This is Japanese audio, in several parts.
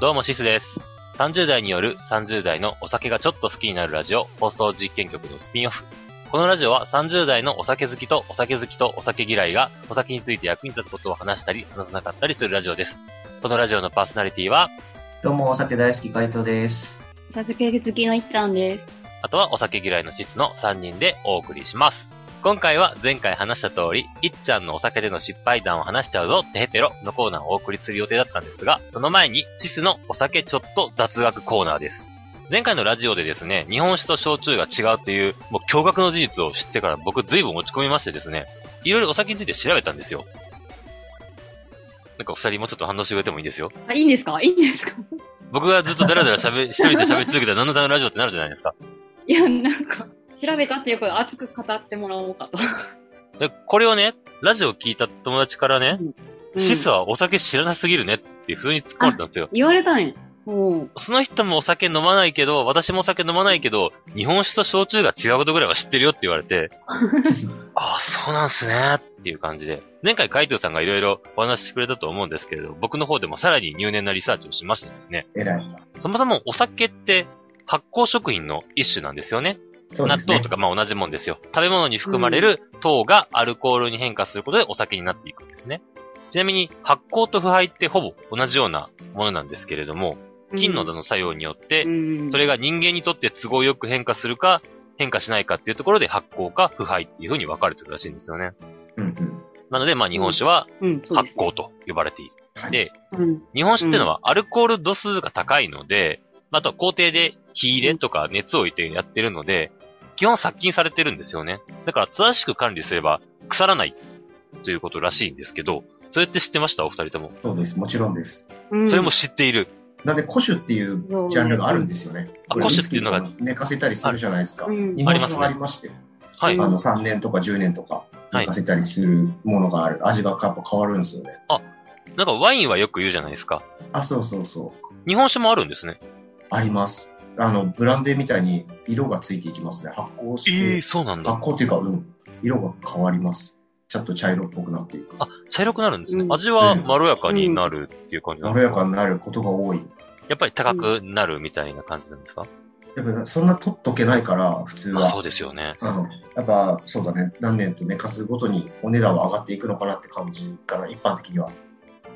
どうもシスです。30代による30代のお酒がちょっと好きになるラジオ放送実験局のスピンオフ。このラジオは30代のお酒好きとお酒好きとお酒嫌いがお酒について役に立つことを話したり話さなかったりするラジオです。このラジオのパーソナリティは、どうも、お酒大好き、海藤 です。茶漬け好きのいっちゃんです。あとはお酒嫌いのシスの3人でお送りします。今回は前回話した通り、いっちゃんのお酒での失敗談を話しちゃうぞ、てへぺろのコーナーをお送りする予定だったんですが、その前にシスのお酒ちょっと雑学コーナーです。前回のラジオでですね、日本酒と焼酎が違うという、もう驚愕の事実を知ってから僕随分落ち込みましてですね、いろいろお酒について調べたんですよ。なんかお二人もうちょっと反応してくれてもいいですよ。あ、いいんですかいいんですか僕がずっとダラダラ喋、一人で喋り続けたら何のためのラジオってなるじゃないですか。 いや、なんか、調べたっていうから熱く語ってもらおうかと。で、これをね、ラジオ聞いた友達からね、シスはお酒知らなすぎるねって普通に突っ込まれたんですよ。言われたんや。うん。その人もお酒飲まないけど、私もお酒飲まないけど、日本酒と焼酎が違うことぐらいは知ってるよって言われて、ああ、そうなんすねっていう感じで。前回海藤さんがいろいろお話ししてくれたと思うんですけれど、僕の方でもさらに入念なリサーチをしましてですね、えらい。そもそもお酒って発酵食品の一種なんですよね。そうで納すね豆と。かまあ同じもんですよ。食べ物に含まれる糖がアルコールに変化することでお酒になっていくんですね。ちなみに発酵と腐敗ってほぼ同じようなものなんですけれども、菌のだだの作用によって、うん。それが人間にとって都合よく変化するか、変化しないかっていうところで発酵か腐敗っていうふうに分かれてるらしいんですよね。うんうん。なのでまあ日本酒はうん、そうで発す。酵と呼ばれている。はいで、うん。日本酒ってのはアルコール度数が高いので、あとは工程で火入れとか熱を置いてやってるので、基本殺菌されてるんですよね。だから正しく管理すれば腐らないということらしいんですけど、それって知ってましたお二人とも。そうです。もちろんです。うん、それも知っている。なんで、古酒っていうジャンルがあるんですよね。あこれ古酒っていうのがウイスキーとか寝かせたりするじゃないですか。うん日本酒もありまして、はい。うんあの、3年とか10年とかはい寝かせたりするものがある。味がやっぱ変わるんですよね。なんかワインはよく言うじゃないですか。あ、そうそうそう。日本酒もあるんですね。あります。あの、ブランデーみたいに色がついていきますね。発酵ええして、そうなんだ発。酵っていうか、うん。色が変わります。ちょっと茶色っぽくなっていく。あ、茶色くなるんですねう。ん味はまろやかになるっていう感じなまんろですやか、かになることが多い。やっぱり高くなるみたいな感じなんですか、やっぱそんな取っとけないから、普通あ、はそう。ですよね。うん、やっぱそうだね何年と寝かすごとにお値段は上がっていくのかなって感じかな一般的には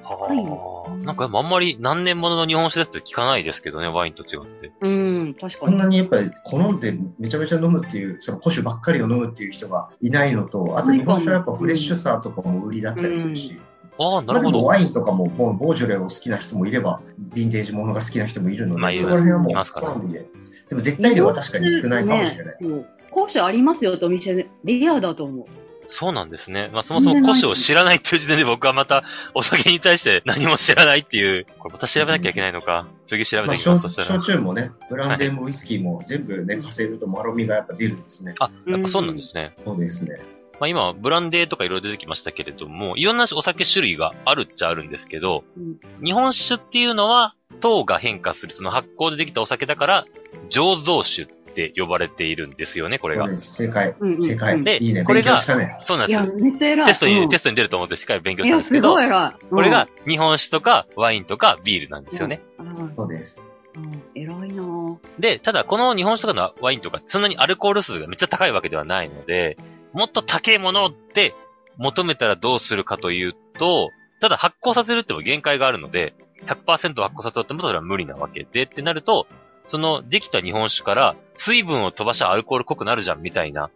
はあ。なんかでもあんまり何年ものの日本酒だって聞かないですけどね、ワインと違って。うん、確かこんに。なにやっぱり好んでめちゃめちゃ飲むっていうその古酒ばっかりを飲むっていう人がいないのとあと日本酒はやっぱフレッシュさとかも売りだったりするし、ああ、なまあるほでもど。ワインとかもボボージョレを好きな人もいればヴィンテージものが好きな人もいるので、まあいそこら辺はもいますかうら好みででも絶対量は確かに少ないかもしれない、い。講師ありますよってお店で、レアだと思う。そうなんですね。まあそもそも古酒を知らないっていう時点で僕はまたお酒に対して何も知らないっていう、これまた調べなきゃいけないのか。次調べまてあ、いきます、焼そしたら焼。酎もねブランデーもウイスキーも全部寝かせるとまろみがやっぱ出るんですねあ、やっぱそうなんですね。そうですねまあ今、ブランデーとかいろいろ出てきましたけれども、いろんなお酒種類があるっちゃあるんですけど、うん日本酒っていうのは糖が変化する、その発酵でできたお酒だから、醸造酒って呼ばれているんですよね、これがそう。です正解うんうん正解。でいいね。これ勉が強したね。そうなんいですや、よ。めっちゃ偉い。テストに、うんテストに出ると思ってしっかり勉強いしたんや、ですけすどごい、偉い。これが日本酒とかワインとかビールなんですよね。うん、うんそうです。うん偉いなぁ。で、ただこの日本酒とかのワインとかそんなにアルコール数がめっちゃ高いわけではないので、もっと高いものって求めたらどうするかというと、ただ発酵させるっても限界があるので、100%発酵させようってもそれは無理なわけでってなると、そのできた日本酒から水分を飛ばしたアルコール濃くなるじゃんみたいな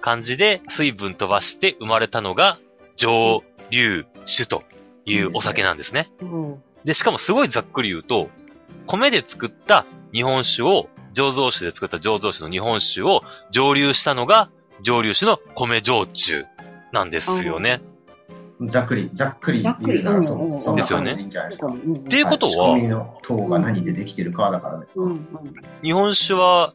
感じで水分飛ばして生まれたのが蒸留酒というお酒なんですね。うんで、しかもすごいざっくり言うと、米で作った日本酒を、醸造酒で作った醸造酒の日本酒を蒸留したのが、蒸留酒の米焼酎なんですよね。ざっくり、ざっくり言うなざっくら、りそうんうんうのんそんな感じでいいんじゃないですか。うはんいうんっていうこと仕は、込みの糖が何でできてるかだからね。うんうん日本酒は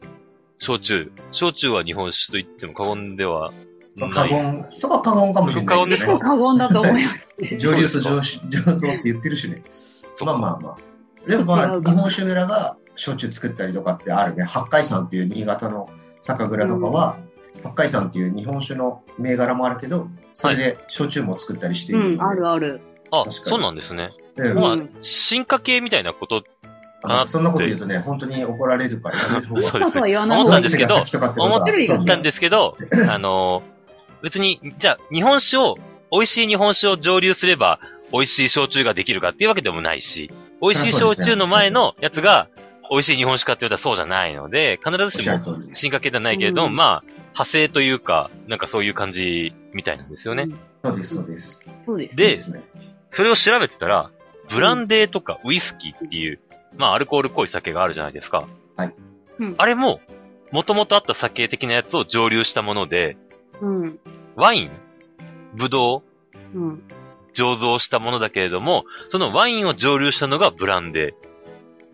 焼酎、焼酎は日本酒と言っても過言ではまあ過ない。言、そこは過言かもしれないけ結構どね。過言だと思います。上流とそう上上層って言ってるしね。うまあまあまあ。でもま違あ、う日か本酒蔵が焼酎作ったりとかってあるね。八海山っていう新潟の酒蔵とかは、八海山っていう日本酒の銘柄もあるけど、それで焼酎も作ったりしているのうで、ん、あるある。あ、確かにそうなんですね。うんまあうん、進化系みたいなこと、あのそんなこと言うとね、本当に怒られるからやめた方が、そうでどそすうそうね。は言わない思方ったんでがいいすけどっちが先とかってことは思ってるよそう思ねったんですけど、あの、別に、じゃあ、日本酒を、美味しい日本酒を蒸留すれば、美味しい焼酎ができるかっていうわけでもないし、美味しい焼酎の前のやつが、美味しい日本酒かって言ったらそうじゃないので、必ずおっししゃもる通りです。進化系ではないけれど、うんまあ、派生というか、なんかそういう感じみたいなんですよね。うんそうです、そうです。そうです。でいいすね、それを調べてたら、ブランデーとかウイスキーっていう、まあ、アルコールっぽい酒があるじゃないですか。はいうんあれも、もともとあった酒的なやつを蒸留したもので、うん。ワイン、ブドウ、うん。醸造したものだけれども、そのワインを蒸留したのがブランデ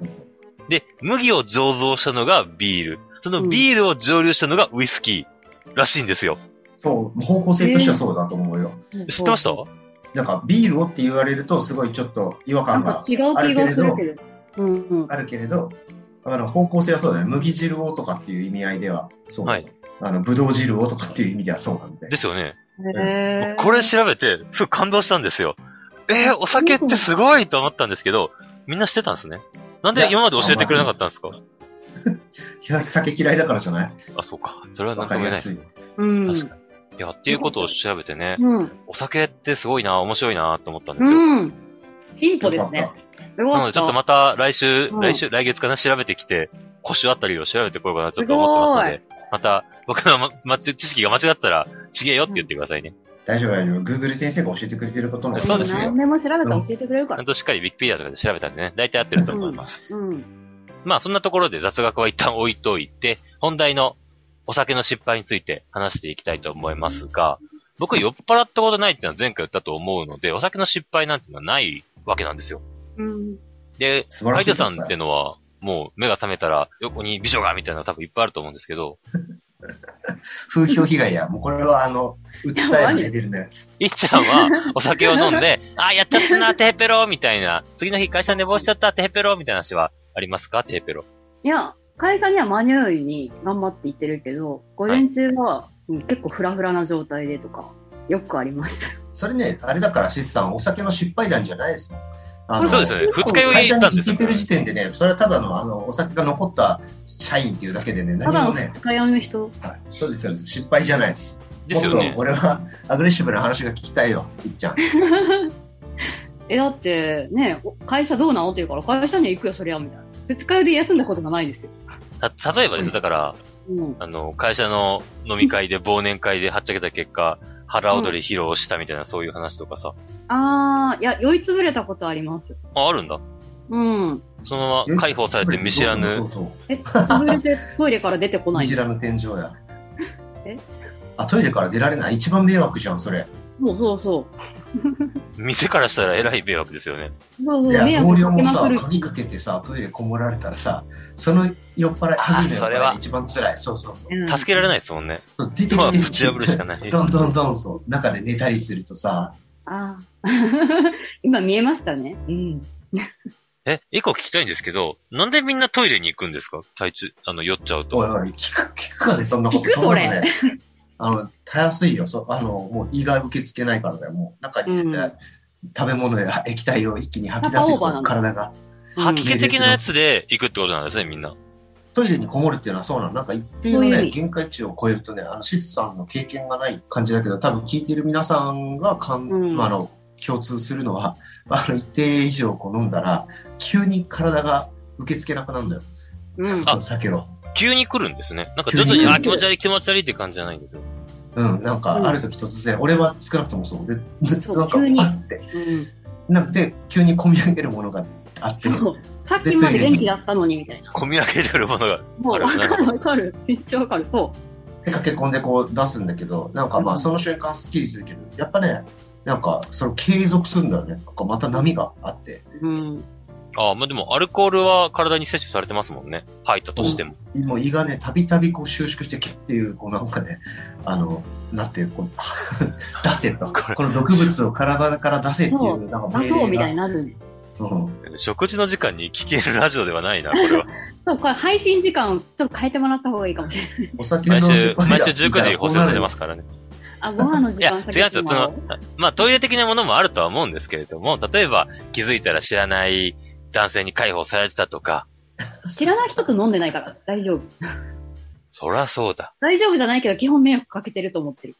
ー。で、麦を醸造したのがビール。そのビールを蒸留したのがウイスキーらしいんですよ。そう、方向性としてはそうだと思うよ。知ってましたなんかビールをって言われると、すごいちょっと違和な感んがか違う気がするけど。うんうん。あるけれど、あの方向性はそうだね。麦汁をとかっていう意味合いでは、そう。はいあの、ぶどう汁をとかっていう意味ではそうなんで。ですよね。へーこれ調べて、すごい感動したんですよ。えー、お酒ってすごいと思ったんですけど、みんな知ってたんですね。なんで今まで教えてくれなかったんですかいや酒嫌いだからじゃないあ、そうか。それはなわんとかもり言えなやいですす。い。確うん。かに。いや、っていうことを調べてね、うん。お酒ってすごいな、面白いな、と思ったんですよ。うん。進歩でよかっすねた。。すごなので、ちょっとまた来週、うん来週、来月かな、調べてきて、腰あたりを調べてこようかな、ちょっと思ってますので、また、僕のま、ま、知識が間違ったら、ちげえよって言ってくださいね。大丈夫、大丈夫。Google 先生が教えてくれてることもそうですよ何でも調べたら教えてくれるちかゃらん。としっかり Wikipedia とかで調べたんでね、大体合ってると思います。うん。まあ、そんなところで雑学は一旦置いといて、本題のお酒の失敗について話していきたいと思いますが、僕酔っ払ったことないっていうのは前回言ったと思うので、お酒の失敗なんていうのはないわけなんですよ。うん。で、素晴らラしイい。トさんってのは、もう目が覚めたら横に美女がみたいなの多分いっぱいあると思うんですけど、風評被害や、もうこれはあの、訴えるレベルのやつ。いっちゃんはお酒を飲んで、 あーやっちゃったな、テヘペロみたいな、次の日会社寝坊しちゃった、テヘペロみたいな話はありますか、テヘペロ。いや、会社にはマニュアルに頑張って行ってるけど、午前中はうん結構フラフラな状態でとか、よくありました。それね、あれだから、シスさん、お酒の失敗談じゃないですもん。あのそうですよね。二日酔会い社行っにたんで行すけよ。てる時点でね、それはただのあのお酒が残った社員っていうだけでね、ただ何のもね、二日酔いの人。はいそうですよね、失敗じゃないです。ですよもっねと。俺はアグレッシブな話が聞きたいよ、いっちゃん。 え、だって、ね、お会社どうなのって言うから、会社には行くよ、そりゃ、みたいな。二日酔いで休んだことがないですよ。た例えばですよだから、うん。あの、会社の飲み会で忘年会ではっちゃけた結果、腹踊り披露したみたいなそういう話とかさ、あー、いや、酔いつぶれたことあります。あ、あるんだ。うん。そのまま 解放されて見知らそぬう、そうえ、潰れてトイレから出てこそうな見い知。らぬ天井や。えあ、トイレから出られない。一番迷惑じゃん、それ。そうそうそ店からしたらえらい迷惑ですよね。う。そうそう、いや、同僚もさかけ、まくる鍵かけてさ、トイレこもられたらさ、その酔っ払い、鍵の酔あそっれ払いはが一番辛い。そうそうそう。うん助けられないですもんね。そう出てまあ、きてぶち破るしかない。どんどんどんそう中で寝たりするとさああ。 今見えましたね。うん。え、一個聞きたいんですけど、なんでみんなトイレに行くんですか体調、あの、酔っちゃうおいと。おい聞く聞くかねそんなこと聞くんそなれのねあのたやすいよそあのもう胃が受け付けないからだよもう中に入れて、食べ物や液体を一気に吐き出せるパパオーバーなとの体が吐き気的なやつで行くってことなんですね、みんな。トイレにこもるっていうのはそうなのなんか一定のそういう意ね味限界値を超えるとねあのシスさんの経験がない感じだけど多分聞いてる皆さんがかん、うんまあ、あの共通するのは あの一定以上こう飲んだら急に体が受け付けなくなるんだようん。あ酒を。急に来るんですね。なんか急徐々に来るに、あ、気持ち悪い気持ち悪いって感じじゃないんですね。うん、なんうんかある時突然、俺は少なくともそうで、そうなんか急にあって、うんなんで急に込み上げるものがあって、そう。さっきまで元気だったのにみたいな。込み上げてるものが。もう、わなるかほどるわかる。めっちゃわかる。そで駆け込んでこう出すんだけど、なんかまうあんその瞬間すっきりするけど、やっぱね、なんかその継続するんだよね。なんかまた波があって、う。うん。あ、まあ、でもアルコールは体に摂取されてますもんね。吐いたとしても。もう胃がね、たびたびこう収縮して、キュッっていう、こうなんかね、あの、なって、こう、 出せと。これこの毒物を体から出せっていう、なんか出そうみたいな。になるね。うん食事の時間に聞けるラジオではないな、こ れは。そう、これ配信時間をちょっと変えてもらった方がいいかもしれ ない。お酒の毎週、失敗毎だ週19時に放送されますからね。あ、ご飯のい時や、違う間ん下ですよ。そげてもらおのう。、まあ、トイレ的なものもあるとは思うんですけれども、例えば、気づいたら知らない男性に解放されてたとか、知らない人と飲んでないから大丈夫。そらそうだ。 大丈夫じゃないけど、基本迷惑かけてると思ってる。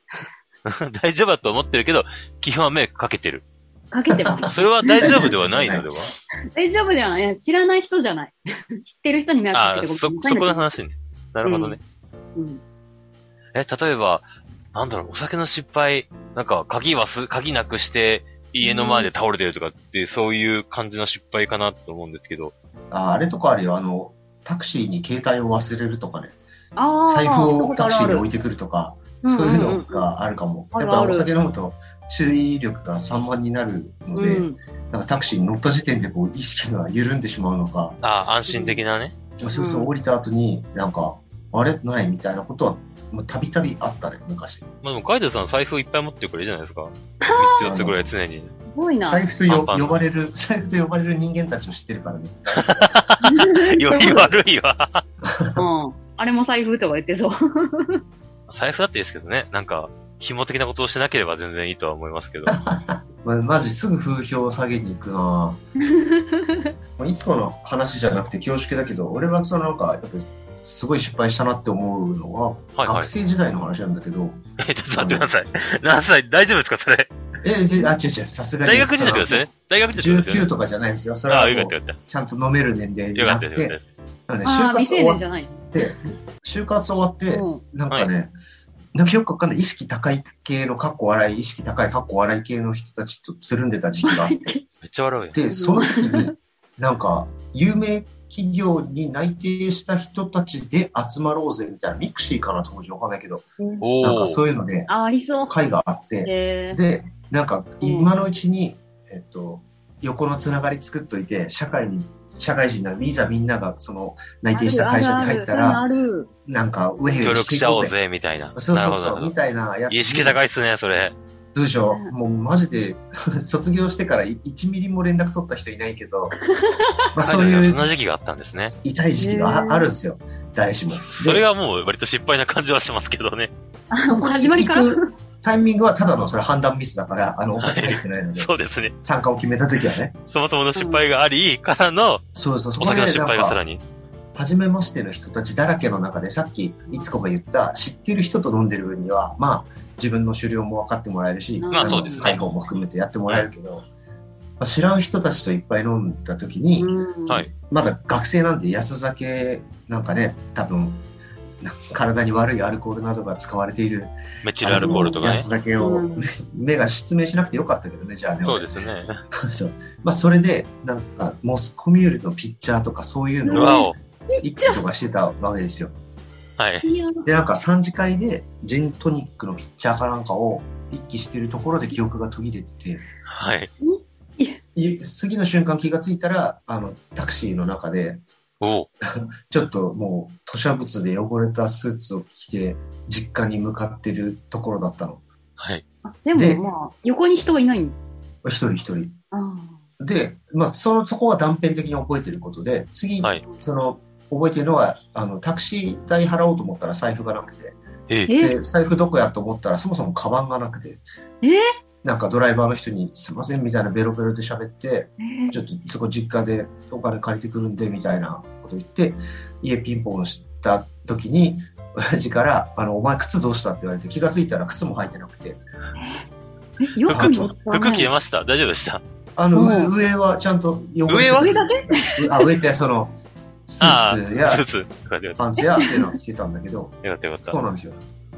大丈夫だと思ってるけど、基本は迷惑かけてる。かけてます。それは大丈夫ではないのでは大丈夫じゃないいや知らない人じゃない。知ってる人に迷惑かあけてあ、ごそ、めんそこなさの話ね。いねなるほどね。うん。え、例えば、なんだろう、お酒の失敗、なんか、鍵忘、鍵なくして、家の前で倒れてるとかって、そういう感じの失敗かなと思うんですけど、ああれとかあるよ、あの、タクシーに携帯を忘れるとかね、ああ、財布をタクシーにに置いてくるとか、そういうのがあるかも。あやるっあぱるお酒飲むと注意力が散漫になるので、うん。なんかタクシーに乗った時点でこう意識が緩んでしまうのか、ああ、安心的なね。そうそううん降りた後になんか、あれないみたいなことは、もうたびたびあったね、昔。まあでも、ガイドさん財布いっぱい持ってるからいいじゃないですか。3つ4つぐらい常に。すごいな。財布とよパンパン呼ばれる、財布と呼ばれる人間たちを知ってるからね。 より悪いわ。うん。あれも財布とか言ってそう。財布だっていいですけどね。なんか、紐的なことをしてなければ全然いいとは思いますけど。まマジすぐ風評を下げに行くなぁいつこの話じゃなくて恐縮だけど、俺はそのなんか、やっぱすごい失敗したなって思うのは、はいはい学。生時代の話なんだけど、え、ちょっと待ってください。何歳、大丈夫ですかそれ。え、ぜあ、違う違う、さすがに。大学時代ってことですよね。大学時代ってことですよ19ね。とかじゃないですよ。それあはあ、よもかうったよかっちゃんと飲める年齢た。によかっなったでて、すよかったです。なのでああ、就活未成終わ年っじゃない。て、就活終わって、うん。なんかね、なんかよくわかんない、意識高い系の、かっこ笑い、意識高い、かっこ笑い系の人たちとつるんでた時期があって、めっちゃ笑うよ。 で、その時に、なんか、有名企業に内定した人たちで集まろうぜみたいな、ミクシーかな当時わかんないけど、おなんかお。そういうので、ああ、ありそう。会があって、えーで、なんか、今のうちに、えっと、横のつながり作っといて、社会に、社会人な、いざみんなが、その、内定した会社に入ったら、あるなんか、ウェイウェイ協力していしちゃおこううぜ。ぜ、みたいな。そうなるそうほどなそるう、ほみど。たいなやつに。意識高いっすね、それ。通常、もうマジで、 卒業してから1ミリも連絡取った人いない けど、まあそそういうそんな時期があったんですね。痛い時期がへあーあるんですよ、誰しも。それがもう割と失敗な感じはしますけどね。ある。もう始まりから。行くタイミングはただのそれ判断ミスだから、あの、お酒入ってないの で、そうですね。参加を決めた時はね。そもそもの失敗があり、からの、そうそう、そおこで酒の失なん敗がさらか、に。初めましての人たちだらけの中で、さっき、いつこが言った、知ってる人と飲んでる分には、まあ、自分の狩猟も分かってもらえるし、まあのそうですね介護も含めてやってもらえるけど、まあ知らん人たちといっぱい飲んだ時に、うんはい。まだ学生なんで安酒なんかね、多分、なんか体に悪いアルコールなどが使われているメチルアルコールとかね安。酒を、うん目が失明しなくてよかったけどね、じゃあね。そうですね。す。そうまあ、それで、なんか、モスコミュールのピッチャーとかそういううのわをお。一気とかしてたわけですよ。はい。いやで、なんか3次会でジントニックのピッチャーかなんかを一気してるところで記憶が途切れてて、はい。い次の瞬間気がついたら、あの、タクシーの中で、おお。ちょっともう、吐砂物で汚れたスーツを着て、実家に向かってるところだったの。はい。ででもまあ、横に人はいないんだ。一人一人。あで、まあ、その、そこは断片的に覚えてることで、次、はい。その、覚えてるのは、あの、タクシー代払おうと思ったら財布がなくて、えー、えで、財布どこやと思ったら、そもそもカバンがなくて、えーなんかドライバーの人に、すいません、みたいなベロベロで喋って、えちょっとそこ実家でお金借りてくるんで、みたいなこと言って、家ピンポンした時に、親父から、あの、お前靴どうしたって言われて、気がついたら靴も履いてなくて、えよく服、も服消えました大丈夫でしたあの、うん上はちゃんと汚れて上はた上だけあ、上ってその、スあーツやあ、スーツ。よかったよかっパンツやっていうのを着てたんだけど、たよかったよそうかっなんですよ。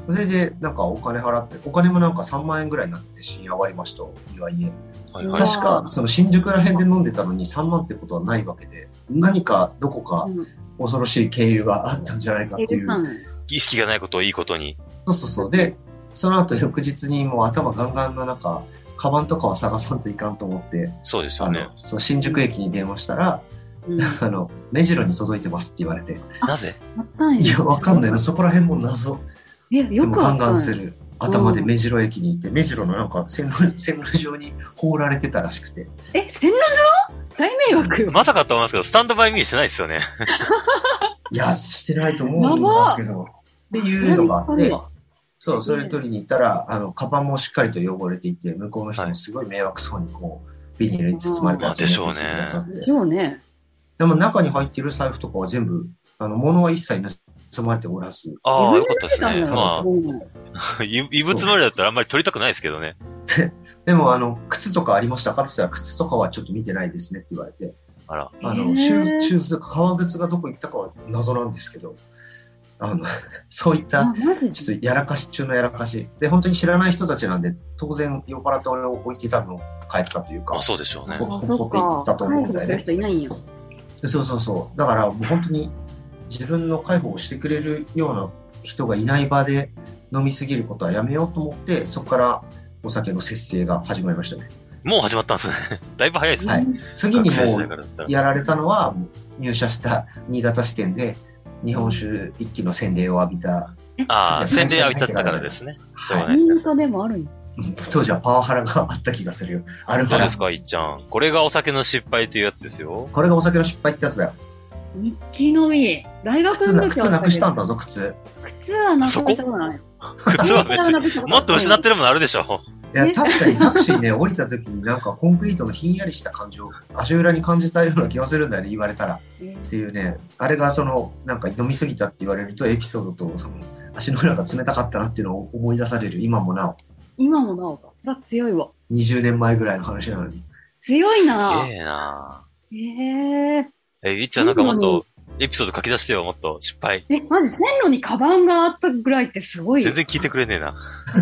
それで、なんかお金払って、お金もなんか3万円ぐらいになって深夜終わりました、岩井へ。た。はいはうわい。確か、その新宿ら辺で飲んでたのに3万ってことはないわけで、何かどこかうん恐ろしい経由があったんじゃないかっていえう。なん意識がないことをいいことに。そうそうそう。で、その後翌日にもう頭ガンガンの中、カバンとかは探さんといかんと思って、そうですよあねの。、その新宿駅に電話したら、うんあっ あの、目白に届いてますって言われて、なぜたんやいや、わかんないの。そこら辺も謎。え、でよもくわガンかガんンなすい。る。頭で目白 駅に行って、目白のなんか線路、線路上に放られてたらしくて。え、線路大迷惑よ。まさかと思いますけど、スタンドバイミーしてないですよね。いや、してないと思うんだけど。っていうのがあって、そう、それ取りに行ったら、あの、カバンもしっかりと汚れていて、向こうの人もすごい迷惑そうにこう、ビニールに包まれたやつをまあでしょうね持ってきてくださって今日ね、でも中に入ってる財布とかは全部、あの、物は一切盗まれておらず、ああ、よかったです自ね。分でま出したんだよあ、い異物までだったらあんまり取りたくないですけどね。でも、あの、靴とかありましたかって言ったら、靴とかはちょっと見てないですねって言われて、あら。あへの、ーシューシューズとか革靴がどこ行ったかは謎なんですけど、あの、 そういったあ、マジちょっとやらかし中のやらかし。で、本当に知らない人たちなんで、当然酔っ払って俺を置いてたのを帰ったというかまあ、、そうでしょうね。こあここ行ったと思うんだよね介護する人いないんよ。そうそうそう。だからもう本当に自分の介護をしてくれるような人がいない場で飲みすぎることはやめようと思って、そこからお酒の節制が始まりましたね。もう始まったんですね。 だいぶ早いですね。はい次に学生時も代うからだったらやられたのは、もう入社した新潟支店で、日本酒一気の洗礼を浴びた、ああ、宣伝浴びちゃったからですね。しょうがはないい、ですね民家でもあるんよ当時はパワハラがあった気がするよ。あるどかうでらす。か、いっちゃん。これがお酒の失敗というやつです よ。これがお酒の失敗ってやつだよ。日記のみ。大学靴のな時は靴なくしたんだぞ。ぞ、靴。靴はなくしたことない。靴は別 に。にもっと失ってるものあるでしょ。いやね確かにタクシーね降りた時になんかコンクリートのひんやりした感じを足裏に感じたような気がするんだよね言われたらっえーていうねあれがそのなんか飲みすぎたって言われるとエピソードとその足の裏が冷たかったなっていうのを思い出される今もな今もなおか。それは強いわ。お20年前ぐらいの話なのに強いなすげえなえー、え、いっちゃんなんかもっと、エピソード書き出してよ、もっと。失敗。え、まず線路にカバンがあったぐらいってすごいよ全然聞いてくれねえな。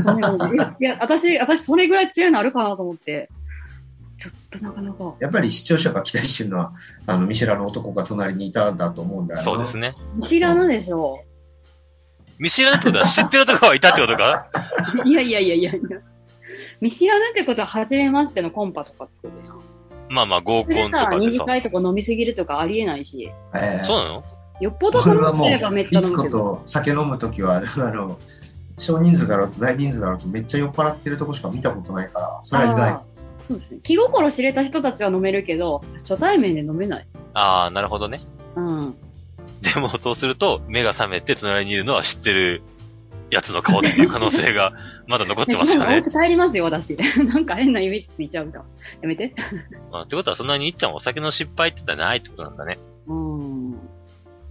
ごめんごめんいや、いや私、私それぐらい強いのあるかなと思って。ちょっとなかなか。やっぱり視聴者が期待してるのはあの見知らぬ男が隣にいたんだと思うんだよなそうですね。見知らぬでしょ見知らないってことは知ってるとこはいたってことか う。いやいやいやいやいや。見知らぬってことは、初めましてのコンパとかってことじゃん。まあまあ合コそンれでとさ、か二で次さ。会とか飲みすぎるとかありえないし、ええそうなのよっぽどこれ頼はっもうていればめっちゃ飲つむこけど。と酒飲む時はあ の少人数だろうと大人数だろうとめっちゃ酔っ払ってるとこしか見たことないからそれは意外あーそうですね。気心知れた人たちは飲めるけど、初対面で飲めない。ああ、なるほどね。うん。 でもそうすると、目が覚めて隣にいるのは知ってるやつの顔っていう可能性が まだ残ってねますよ今度おね。 家帰りますよ、私。なんか変なイメージついちゃうから。やめて。まあ、ってことはそんなにいっちゃんはお酒の失敗って言ったらないってことなんだね。うん。い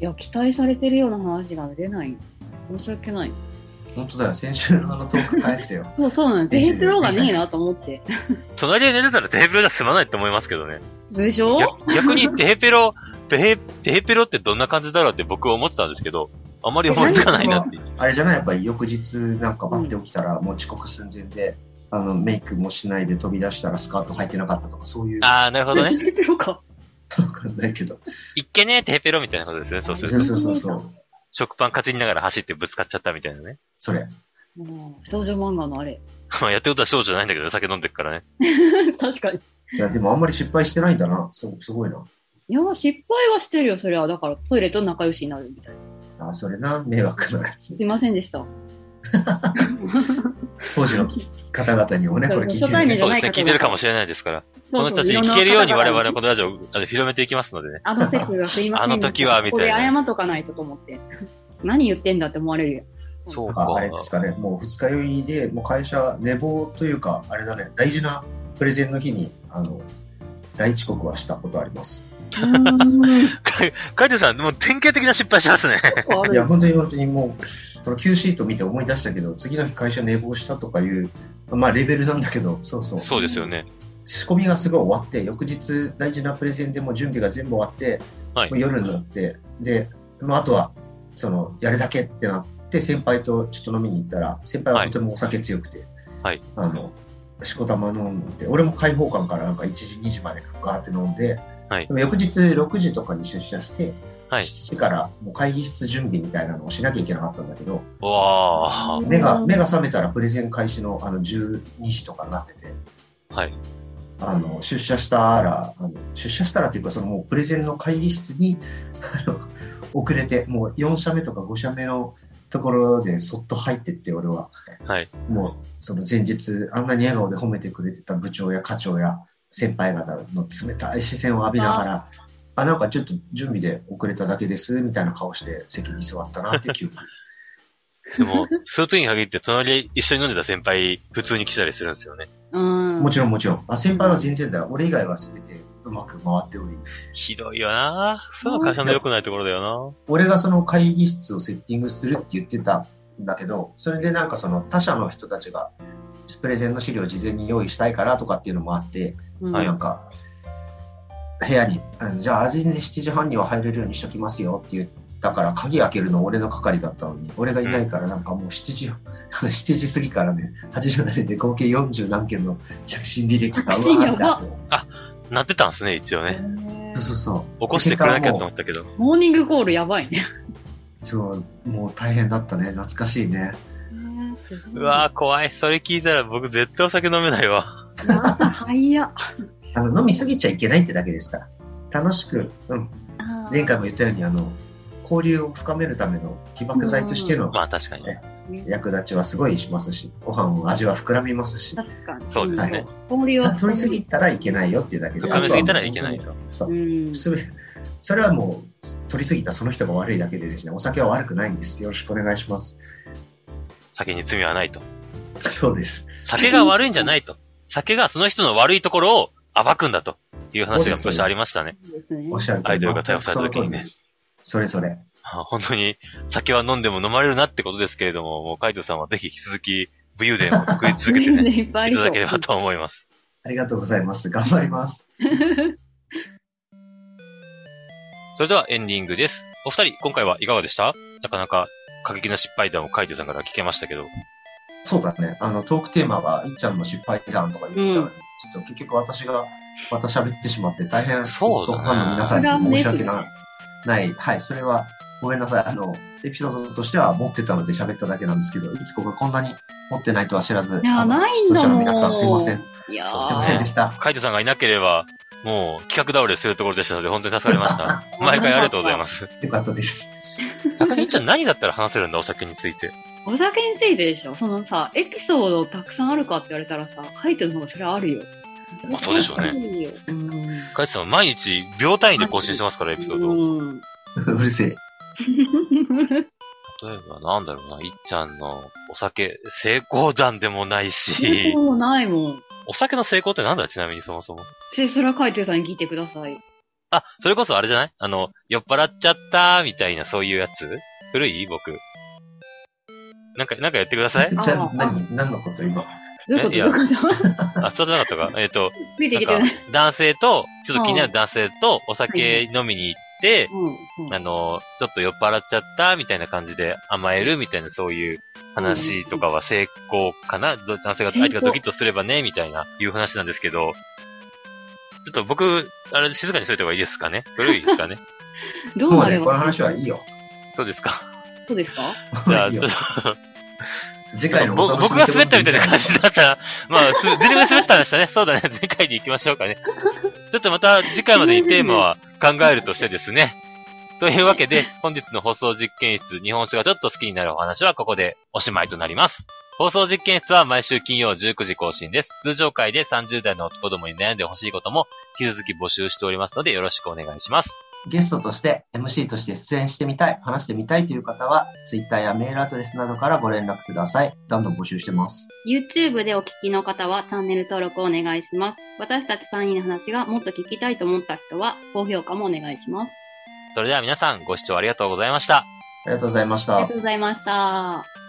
や、期待されてるような話が出ない。申し訳ない。本当だよ、先週のあのトーク返せ よ。そうそうなの。テーブルがねえなと思って。隣で寝てたらテヘペロじゃ済まないと思いますけどね。でしょ逆逆にテヘペロ、テヘ、テヘペロってどんな感じだろうって僕は思ってたんですけど、あまり思いつかないなっていう。あれじゃないやっぱり翌日なんかバッて起きたらもう遅刻寸前で、あの、メイクもしないで飛び出したらスカート履いてなかったとか、そういう、わああ、なるほどね。テーブルか。かんないけど。いっけねえテヘペロみたいなことですね。そうすそうるそと。うそうそう。食パンかじりながら走ってぶつかっちゃったみたいなね。 それ。もう少女漫画のあれ。 まあやってることは少女じゃないんだけど、酒飲んでっからね。確かに。いや、でもあんまり失敗してないんだな。すすごいな。いや、失敗はしてるよ、それは。だから、トイレと仲良しになるみたいな。あ、それな、迷惑なやつす。いませんでした。当時の方々にもね、これ聞いて初対る面じゃそうなでいすね。か聞いてるかもしれないですから。この人たちいにろんな聞けるように方我々々このラジオをあの広めていきますのでね。あの席がすいませんでした。あの時はみたいなこれ謝っとかないとと思って。 何言ってんだって思われ るよ。そうなんかか。あれですかね、もう二日酔いで、もう会社、寝坊というか、あれだね、大事なプレゼンの日に、あの、大遅刻はしたことあります。うーかカイテさん、もう典型的な失敗しますね。ん。あいや、る。本当に本当にもう、この Q シート見て思い出したけど、次の日会社寝坊したとかいう、まあレベルなんだけど、そうそう。そうですよね。仕込みがすごい終わって、翌日大事なプレゼンでもう準備が全部終わって、はいもう夜になって、で、まああとは、その、やるだけってなって、先輩とちょっと飲みに行ったら、先輩はとてもお酒強くて、はいあの、しこたま飲んで、俺も開放感からなんか1時、2時までガーって飲んで、はいでも翌日6時とかに出社して、はい7時からもう会議室準備みたいなのをしなきゃいけなかったんだけど、わ目うがん目が覚めたらプレゼン開始のあの12時とかになっててー。はい。あの出社したらあの出社したらっていうかそのもうプレゼンの会議室にあの遅れてもう4社目とか5社目のところでそっと入ってって俺ははい。もうその前日あんなに笑顔で褒めてくれてた部長や課長や先輩方の冷たい視線を浴びながら、あ、なんかちょっと準備で遅れただけです、みたいな顔して席に座ったなって記憶。でも、スーツに限って隣で一緒に飲んでた先輩、普通に来たりするんですよね。うん。もちろんもちろん。あ、先輩は全然だ。俺以外は全てうまく回っており。ひどいよなその会社の良くないところだよ俺がその会議室をセッティングするって言ってたんだけど、それでなんかその他社の人たちが、プレゼンの資料を事前に用意したいからとかっていうのもあって、うんはいなんか、部屋に、あのじゃあ、全然7時半には入れるようにしときますよって言ったから、鍵開けるの俺の係だったのに、俺がいないから、なんかもう7時、7時過ぎからね、8時までで合計40何件の着信履歴が着信うわーってあやばってな。なってたんですね、一応ね。そうそうそう。起こしてくれなきゃと思ったけど。モーニングコールやばいね。そう、もう大変だったね。懐かしいね。うわー怖い。それ聞いたら僕絶対お酒飲めないわ。ぁ。また早っ。あの、飲みすぎちゃいけないってだけですから。楽しく、うん。あー前回も言ったように、あの、交流を深めるための起爆剤としてのまあ確かに。役立ちはすごいしますし、ご飯の味は膨らみますし、確かに。そうですね。氷を。取りすぎたらいけないよっていうだけで。深めすぎたらいけないと。そうう。ん。すべそれはもう、取りすぎたその人が悪いだけでですね、お酒は悪くないんです。よろしくお願いします。酒に罪はないと。そうです。酒が悪いんじゃないと。酒がその人の悪いところを暴くんだという話がそうですそ少うですしありましたね。そうですねおっしゃる通り。アイドルが逮捕された時にね全くその通りです。それそれ。あ本当に酒は飲んでも飲まれるなってことですけれども、もうカイトさんはぜひ引き続き武勇伝を作り続けてね、いっ ぱいあいりたそうだければと思います。ありがとうございます。頑張ります。それではエンディングです。お二人、今回はいかがでしたなかなか過激な失敗談をカイトさんから聞けましたけど。そうだね。あの、トークテーマが、いっちゃんの失敗談とか言ったのに、うんちょっと結局私が、また喋ってしまって、大変、そうだねファンの皆さんに申し訳なない。はい、それは、ごめんなさい。あの、エピソードとしては持ってたので喋っただけなんですけど、いつこがこんなに持ってないとは知らず、いやあのないんだ視聴者のもん皆さんすいません。すいやそういませんーでした。カイトさんがいなければ、もう企画倒れするところでしたので、本当に助かりました。 毎回ありがとうございます。よかったです。 中にいっちゃん何だったら話せるんだ、お酒について。お酒についてでしょそのさ、エピソードたくさんあるかって言われたらさ、書いてるのがそれはあるよ。まあそうでしょうねね。うん。カイトさんは毎日秒単位で更新してますから、エピソードを。うん。うるせえ。例えばなんだろうな、いっちゃんのお酒、成功談でもないし、 そうないも ん。お酒の成功ってなんだちなみにそもそも。でそれはカイトゥーさんに聞いてください。あ、それこそあれじゃないあの、酔っ払っちゃったみたいなそういうやつ古い僕。なんか、なんかやってください じゃああ、何、何のこと今。どういうことえいやどういうこと あ、そうじゃなかったかえっ、と、ついてなんきてない。か、男性と、ちょっと気になる男性とお酒飲みに行って、うんうんあの、ちょっと酔っ払っちゃったみたいな感じで甘えるみたいなそういう話とかは成功かなど男性が、成功相手がドキッとすればね、みたいな、いう話なんですけど、ちょっと僕、あれ静かにしといた方がいいですかね古いですかねどうもうなね、れこのば話はいいよ。そう ですかそうですかじゃあ、 いいちょっよと、次回のお楽僕しみ僕が滑ったみたいな感じだったら、 まあ、す全力で滑ったんでしたね。そうだね。 次回に行きましょうかね。 ちょっとまた次回までにテーマは考えるとしてですね。というわけで、本日の放送実験室、日本酒がちょっと好きになるお話はここでおしまいとなります。放送実験室は毎週金曜19時更新です。通常回で30代の男どもに悩んでほしいことも引き続き募集しておりますのでよろしくお願いします。ゲストとして MC として出演してみたい、話してみたいという方は、Twitter やメールアドレスなどからご連絡ください。どんどん募集してます。 YouTube でお聞きの方はチャンネル登録をお願いします。私たち3人の話がもっと聞きたいと思った人は、高評価もお願いします。それでは皆さんご視聴ありがとうございました。ありがとうございました。ありがとうございました。